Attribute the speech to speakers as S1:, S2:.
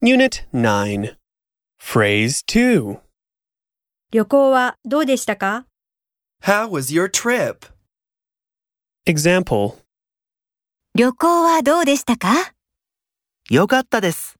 S1: Unit 9. Phrase 2.
S2: 旅行はどうでしたか
S3: How was your trip?
S1: Example
S4: 旅行はどうでしたか
S3: よかったです。